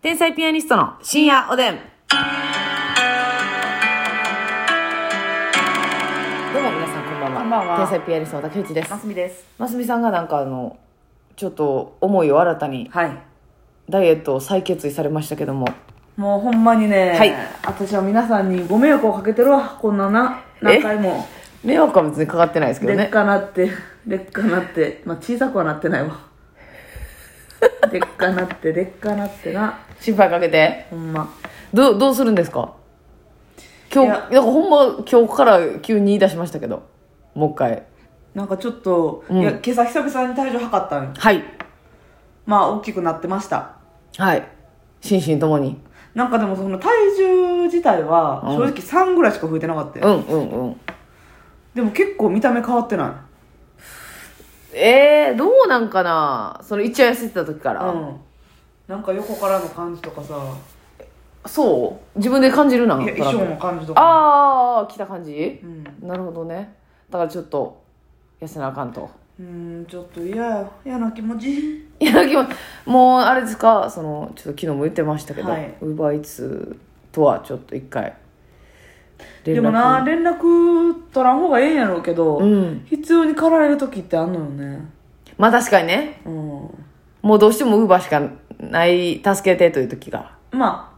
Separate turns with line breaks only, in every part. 天才ピアニストの深夜おでん。どうも皆さんこんばんは。
こんばんは
天才ピアニストの竹内です
マ。スミです。
ますみさんがなんかあの、ちょっと思いを新たに
はい。
ダイエットを再決意されましたけども。
もうほんまにね、
はい
私は皆さんにご迷惑をかけてるわ、こんなな、
え
何回も。
迷惑は別にかかってないですけど
劣
ね。
化なって、 劣化なって、まあ小さくはなってない わ。劣化なって、劣化なってな、
心配かけて。
ほんま。
どう、どうするんですか今日、
い
な
や
んかほんま今日から急に言い出しましたけど。もう一回。
なんかちょっと、
うん
いや、今朝久々に体重測ったんよ。
はい。
まあ大きくなってました。
はい。心身ともに。
なんかでもその体重自体は、
うん
正直3ぐらいしか増えてなかったよ、
うんうんうん。
でも結構見た目変わってな
えー、どうなんかなその一応痩せてた時か
い。
ら。
うん。なんか横からの感じとかさ、
そう自分で感じるな。
いや衣装の感じとか。
ああ、来た感じ
うん
なるほどね。だからちょっと、痩せなあかんと。
うーんちょっと嫌や嫌な気持ち
いや、でももうあれですか、その、ちょっと昨日も言ってましたけど、ウ
はい
ーバーイーツとはちょっと一回、連絡
でもな連絡取らん方がええんやろうけど、
うん。
必要に駆られる時ってあんのよね
まあ確かにね、
うん
もうどうしてもウーバーしかない、助けてという時が。
ま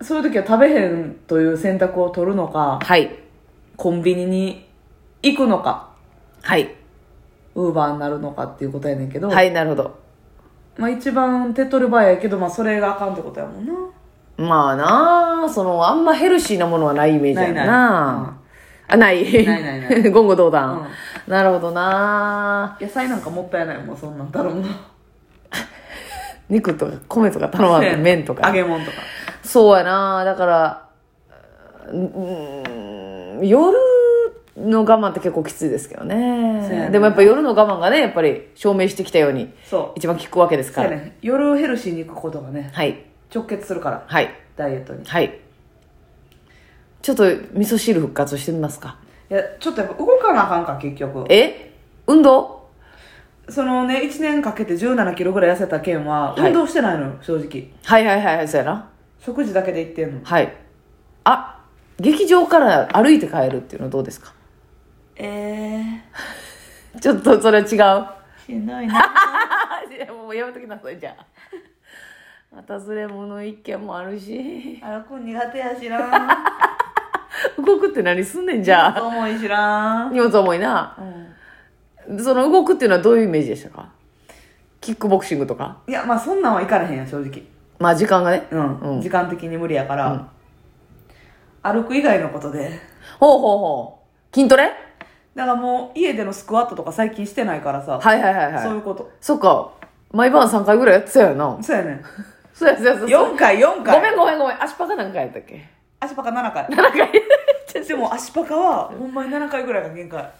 あそういう時は食べへんという選択を取るのか
はい。
コンビニに行くのか
はい。
ウーバーになるのかっていうことやねんけど、
はい、なるほど。
まあ一番手っ取り早いけど、まあ、それがあかんってことやもんな
まあなあ、その、あんまヘルシーなものはないイメージやんな。あ、ない。
ないないな
言語道断、
うん
なるほどな
野菜なんかもったいないもんそんなん頼むの
肉とか米とか頼まない麺と
揚
か。
げ物とか
そうやなだから、うーん、夜の我慢って結構きついですけど
そうや
ね。
な
でもやっぱ夜の我慢がね、やっぱり証明してきたように、
そう
一番効くわけです
そ
か
う
ら。
やね夜ヘルシーに行くことがね
はい。
直結するから
はい。
ダイエットに
はい。ちょっと味噌汁復活してみますか。
いやちょっとやっぱ動かなあかんか結局
え運動
そのね1年かけて1 7キロぐらい痩せた件は
はい
運動してないのよ、正直
はいはいはいはい、そうやな。
食事だけでいってんの
はい。あ、劇場から歩いて帰るっていうのはどうですか
ええ
ちょっとそれは違う。
しんどい な
もうやめときなさい、じゃあ。 またずれ物一件もあるし。
歩くん苦手やしな
動くって何すんねん、じゃあ。
重いしな、
荷物重いな。
うん、
その動くっていうのはどういうイメージでしたかキックボクシングとか
いやまあそんなんはいかれへんや正直
まあ時間がね。
うん、
うん
時間的に無理やから、歩く以外のことで
ほうほうほう。筋トレ
だからもう家でのスクワットとか最近してないからさ、
はいはいはい
そうい
は
うこと
い。そっか。毎晩3回ぐらいやってたよな。
そうやねん
そうやそうやそうや。
4回4回
ごめんごめんごめん。足パカ何回やったっけ
足パカ7回
?7 回。
でも足パカはほんまに7回ぐらいが限界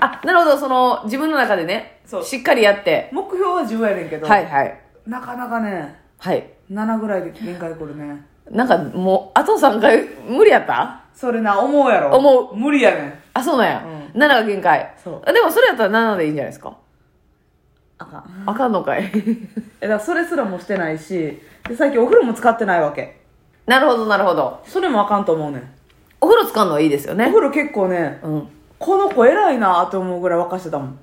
あ、なるほど、その、自分の中でね、
そう
しっかりやって。
目標は10やねんけど、
はいはい。
なかなかね
はい。
7ぐらいで限界来るね
なんかもう、あと3回、無理やった
それな思うやろ
思
う無理やねん
あ、そうなんや。
う
7が限界。
そう
あでもそれやったら7でいいんじゃないですか。
あかん
あかんのかい。
えだからそれすらもしてないしで最近お風呂も使ってないわけ
なるほど、なるほど。
それもあかんと思うねん
お風呂使うのはいいですよ
お
ね。
風呂結構ね
うん。
この子偉いなと思うぐらい沸かしてたもん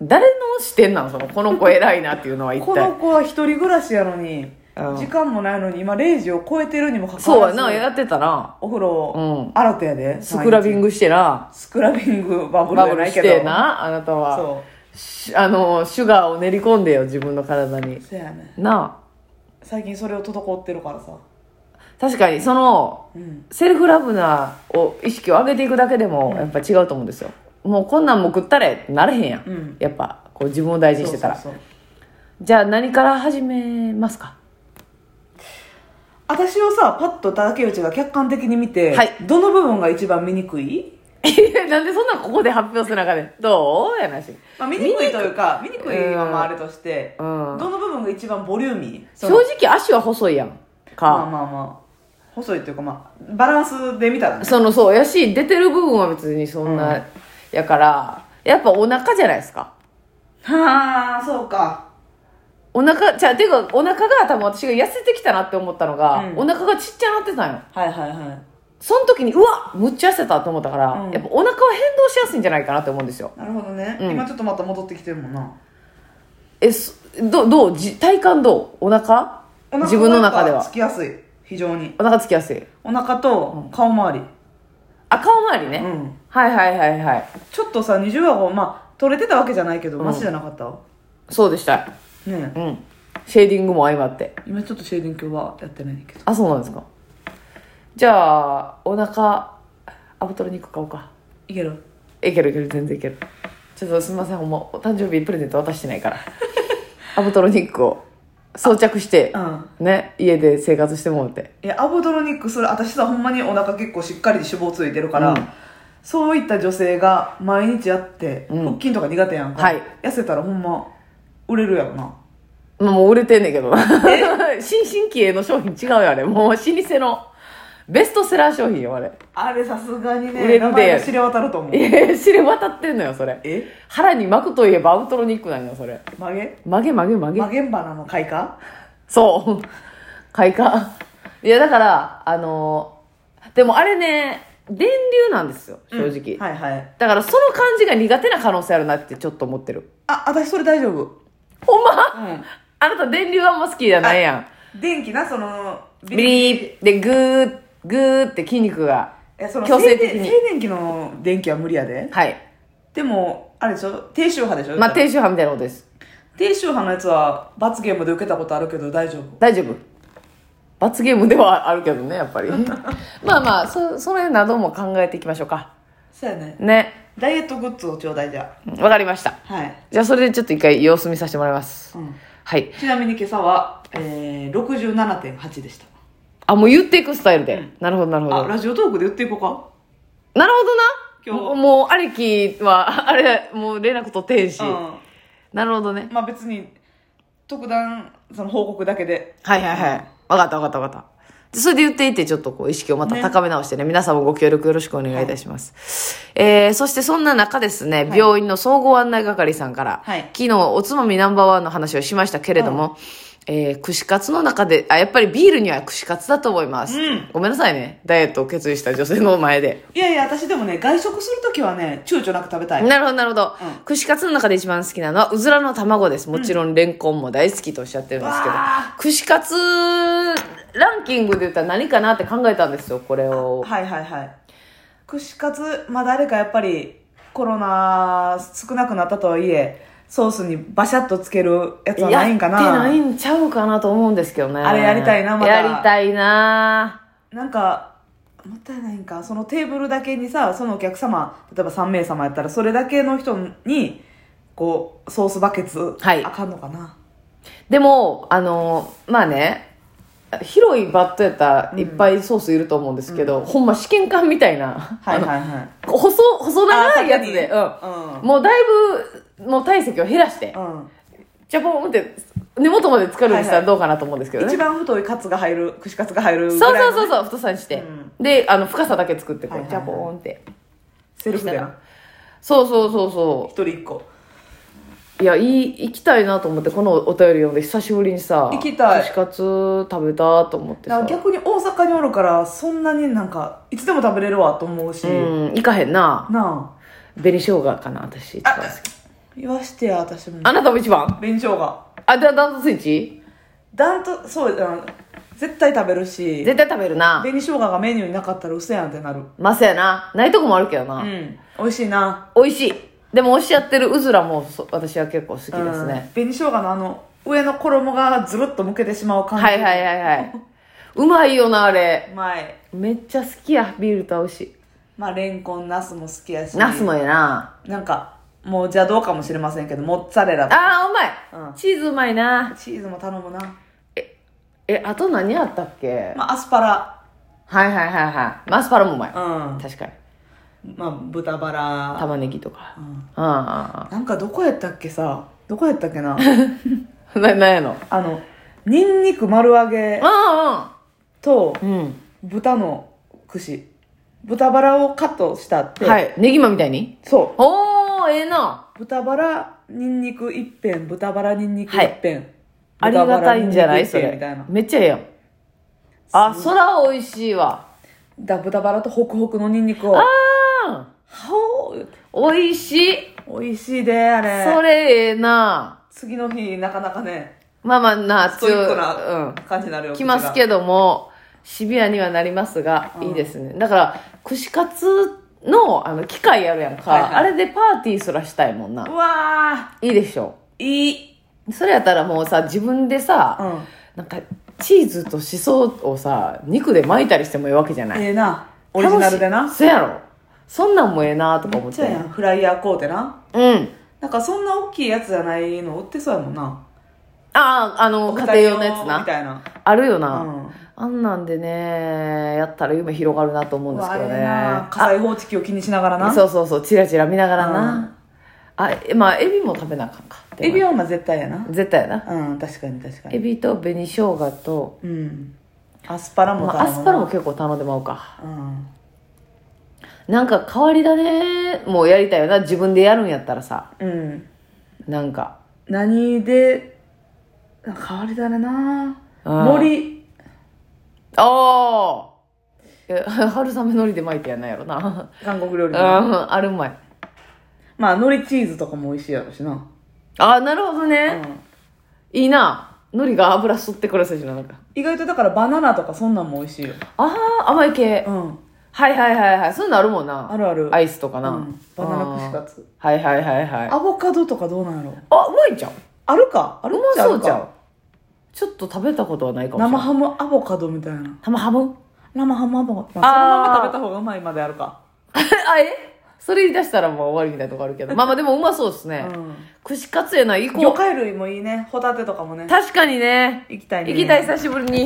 誰の視点なのその、この子偉いなっていうのは一
この
体。
子は一人暮らしやのに
うん
時間もないのに今0時を超えてるにもかか
そう
わ
やな、や
らず
ってたな。
お風呂、
うん
新たやで
スクラビン
グ
グしてな、
スクラビングバブル
バ
じゃ
ブ
な
ル
い
し
けど
てな、あなたは。
そ
しあの、シュガーを練り込んでよ、自分の体に
う。そうやね
な
最近それを滞ってるからさ
あ確かに、その、
うん
セルフラブなを意識を上げていくだけでもやっぱ違うと思うんですよもうこんなんもう食ったれってなれへんやん、
うん
やっぱこう自分を大事にしてたら
そうそうそう
じゃあ何から始めます か
私をさパッと竹内が客観的に見て、
はい
どの部分が一番見にくい、
いやなんでそんなんここで発表する中でどうやなし
まあ、見にくいというか見にくいはまああれとして、
うん
どの部分が一番ボリューミー
正
その
直足は細いやん
まあ
か、
まあまあ細いというかまあバランスで見たらね
そのそうやし出てる部分は別にそんな、
うん
やからやっぱお腹じゃないですか
はあそうか
お腹じゃあていうかお腹が多分私が痩せてきたなって思ったのが、
うん
お腹がちっちゃなってたんよ
はいはいはい
その時にうわむっちゃ痩せたと思ったから、
うん
やっぱお腹は変動しやすいんじゃないかなって思うんですよ
なるほどね、
うん
今ちょっとまた戻ってきてるもんな
えそどどうじ体感どうお腹
お腹
自分の中で
なん
は
かつきやすい非常に
お腹つきやすい
お腹と顔周り
あ顔周りね、
うん
はいはいはいはい
ちょっとさ20話後まあ取れてたわけじゃないけど
うん
マシじゃなかったわ
そうでした
ねえ
うんシェーディングも相まって
今ちょっとシェーディング今日はやってないんだけど
あそうなんですかじゃあお腹アボトロ肉買おうか
いける
いけるいける全然いけるちょっとすみませんほんまお誕生日プレゼント渡してない からアボトロニックを装着して
うん
ね家で生活してもらって
いやアボドロニックそれ私さほんまにお腹結構しっかり脂肪ついてるから、
うん
そういった女性が毎日やって、
うん
腹筋とか苦手やんか、
はい
痩せたらほんま売れるやろな
まあもう売れてんねんけどな 新進気鋭の商品違うよあれもう老舗のベストセラー商品よあれ
あれさすがに
売れる
ね
で
名前が知れ渡ると思う
いや知れ渡ってんのよそれ
え
腹に巻くといえばアボトロニックなんよそれ
曲げ
曲げ曲げ曲げ
曲げん花の開花
そう。開花。いや、だから、あのーでもあれね、電流なんですよ、正直。
うんはいはい
だから、その感じが苦手な可能性あるなってちょっと思ってる。
あ私それ大丈夫
ほんま
う
あなた電流あんま好きじゃないやん。
ん電気なその
ビリーで、グー、グーって筋肉が。
えその
強
強
制
制
的
的
に
に静電気の電気は無理やで
はい。
でもあれでしょ低周波でしょ
まあ、低周波みたいなことです。
低周波のやつは罰ゲームで受けたことあるけど大丈夫
大丈夫。罰ゲームではあるけどね、やっぱり。 まあまあ、そ、それなども考えていきましょうか。
そうやね
ね。
ダイエットグッズをちょうだいじゃ
うんわかりました。
あはい、
じゃあ、それでちょっと一回様子見させてもらいます。
うん、
はい。
ちなみに今朝は、えー、67.8でした
あ、もう言っていくスタイルで。なるほど、なるほど。
あラジオトークで言っていこうか
なるほ
今日
どな。もう、もう、ありきは、ああれ、もう連絡取ってへんし。
う
なるほどね
ん。まあ別に特段その報告だけで
はいはいはい。わかったわかったわかった。でそれで言っていて、ちょっとこう、意識をまた
ね
高め直してね、皆さんもご協力よろしくお願いいたします。えー、そしてそんな中ですね、
はい
病院の総合案内係さんから、
はい
昨日、おつまみナンバーワンの話をしましたけれども、えー、串カツの中で、あ、やっぱりビールには串カツだと思います。
うん
ごめんなさいね。ダイエットを決意した女性の前で。
いやいや私でもね外食するときはね躊躇なく食べたい
なるほど、なるほど
うん。
串カツの中で一番好きなのは、うずらの卵です。もちろん、レンコンも大好きとおっしゃってるんですけど
うわ、
串カツランキングで言ったら何かなって考えたんですよ、これを。
はいはいはい串カツまあ誰かやっぱりコロナ少なくなったとはいえソースにバシャッとつけるやつはないんかな
やってないんちゃうかなと思うんですけどね。
あれやりたいなまた
やりたいな
なんかもったいないんかそのテーブルだけにさそのお客様例えば3名様やったらそれだけの人にこうソースバケツ、
はい
あかんのかな
でも、あの、まあね、広いバットやったらいっぱいソースいると思うんですけど、ほんま試験管みたいな、
はいはいはい
細、細長いやつで、うん。
うん
もうだいぶ、もう体積を減らして、
うん、
ジャポンって根元までつかるにしたらどうかなと思うんですけどね。
一番太いカツが入る串カツが入るぐ
そう
ら
そ
い
そ
う
う
の
そう、太さにして。
うん
で、あの、深さだけ作って、こ
は
う、
いはい
ジ
はい
ャポンって。
セルフで
そし
な
そうそうそうそ
一人一個
う。いや、いい、行きたいなと思って、このお便り読んで、久しぶりにさ、
行きたい
串カツ食べたと思って
だか
さ
ら。逆に大阪におるからそんなになんかいつでも食べれるわと思うし、
うん、行かへんな。
なあ
紅生姜かな、私。一番好き
言わしてや私も
あなたも一番
紅生姜
あ、だ、ダントツイッチ
ダンとそうやな絶対食べるし
絶対食べるな。
紅生姜がメニューになかったら嘘やんってなる
まあ、そうやな。ないとこもあるけどな。
うん美味しいな
美味しい。でも、おっしゃってるうずらも、そ私は結構好きですね。
うん紅生姜のあの上の衣がずるっとむけてしまう感じ
はいはいはい はい。うまいよな、あれ。
うまい
めっちゃ好きや、ビールと合うし。
まあレンコンナスも好きやし
ナスもええな。
なんかもう邪道かもしれませんけどモッツァレラとか
あー、うまい、
うん
チーズうまいな。
チーズも頼むな、
え、あと何あったっけ、
まあ、アスパラ
はいはいはいはい。マスパラもうまい。
うん
確かに。
まあ豚バラ、
玉ねぎとか
う。ん、
うんうん
なんかどこやったっけさどこやったっけな
うん。な、なんやの
あのニンニク丸揚げと
うんうん。うん。
豚の串豚バラをカットしたって、
はい。ネギマみたいに
そう
おー、ええな。
豚バラニンニク一片豚バラニンニク一
はい
片、
ありがたいんじゃないそ
豚バ
れ
ラに肉いっぺんみたいな
めっちゃええやんあそら美味しいわ
だ豚バラとホクホクのニンニクを
あ
はおー
ー美味しい
美味しいであれ
それええな
次の日なかなかね
まあまあな
ストイック
うん
な感じになるよ、
きますけどもシビアにはなりますがいいですねだから串カツのあの機械あるやんか、
はいはい
あれでパーティーすらしたいもんな
うわ
いいでしょ
ーいい、
それやったらもうさ自分で
う
さ、
ん、
なんかチーズとしそをさ肉で巻いたりしてもいいわけじゃない、
ええなオリジナルでな
楽しいそうやろそんなんもええなとか
め
思
っ
っ
ち
て
ゃやんフライヤー買うてな
うん
なんかそんな大きいやつじゃないの売ってそうやもんな
あああの家庭用のやつ
み
な
たいな
あるよな、
うん
あんなんでねやったら夢広がるなと思うんですけど
うわ
ね
ええな火災報知器を気にしながらな
そうそうそうチラチラ見ながらな、あえまあエビも食べなあかんか
エビはまあ絶対やな
絶対やな
うん確かに確か
エ
に
ビと紅生姜と、
うんアスパラも
ま
頼む
あ、
な
アスパラも結構頼んでもらおうか
うん
なんか変わりだねもうやりたいよな自分でやるんやったらさ
うん
なんか
何で変わりだねな
うん
森
ああ春雨のりで巻いてやんないやろな
韓国料
う
理
ん
の
あるうまい
まあ海苔チーズとかも美味しいやろしな
ああなるほど
う
ね、
ん
いいな海苔が油吸ってくるせしななんか
意外とだからバナナとかそんなんも美味しいよ
ああ甘い系、
うん
はいはいはいはいそういうのあるもんな
あるある
アイスとかな、
うんバナナ串カツ
あーはいはいはいはいあ
アボカドとかどうなんやろ
うまいじゃん
あるかあ
う
る
ま
っちゃあ
そ
る
うじゃ
か
んちょっと食べたことはないかもしれ
生
ない
ハムアボカドみたいな
生ハム
生ハムアボカドま
あー
あそのまま食べた方がうまいまであるか
あえそれ言い出したらもう終わりみたいなとこあるけどまあまあでもうまそうですね、
うん
串カツやな行
魚
こ
介類もいいねホタテとかもね
う確かにね
行きたいね
行きたい久しぶりに